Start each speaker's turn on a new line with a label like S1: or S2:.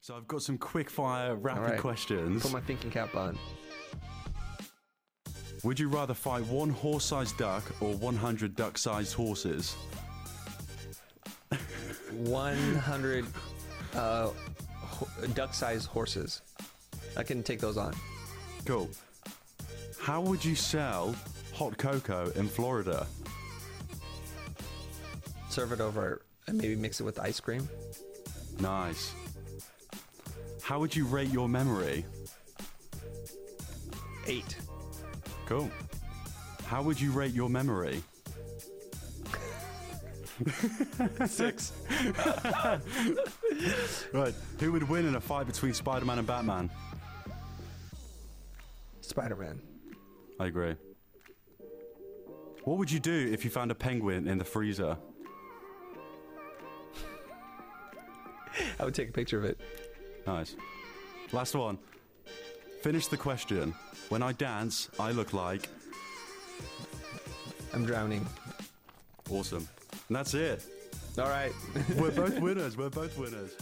S1: So I've got some quick fire rapid
S2: All right.
S1: questions.
S2: Put my thinking cap on.
S1: Would you rather fight one horse-sized duck or 100 duck-sized horses?
S2: 100 uh, ho- duck-sized horses. I can take those on.
S1: Cool. How would you sell hot cocoa in Florida?
S2: Serve it over and maybe mix it with ice cream.
S1: Nice. How would you rate your memory?
S2: Eight.
S1: Cool. How would you rate your memory?
S2: Six.
S1: Right. Who would win in a fight between Spider-Man and Batman?
S2: Spider-Man.
S1: I agree. What would you do if you found a penguin in the freezer?
S2: I would take a picture of it.
S1: Nice. Last one. Finish the question. When I dance, I look like
S2: I'm drowning.
S1: awesome. And that's it.
S2: All right.
S1: We're both winners. We're both winners.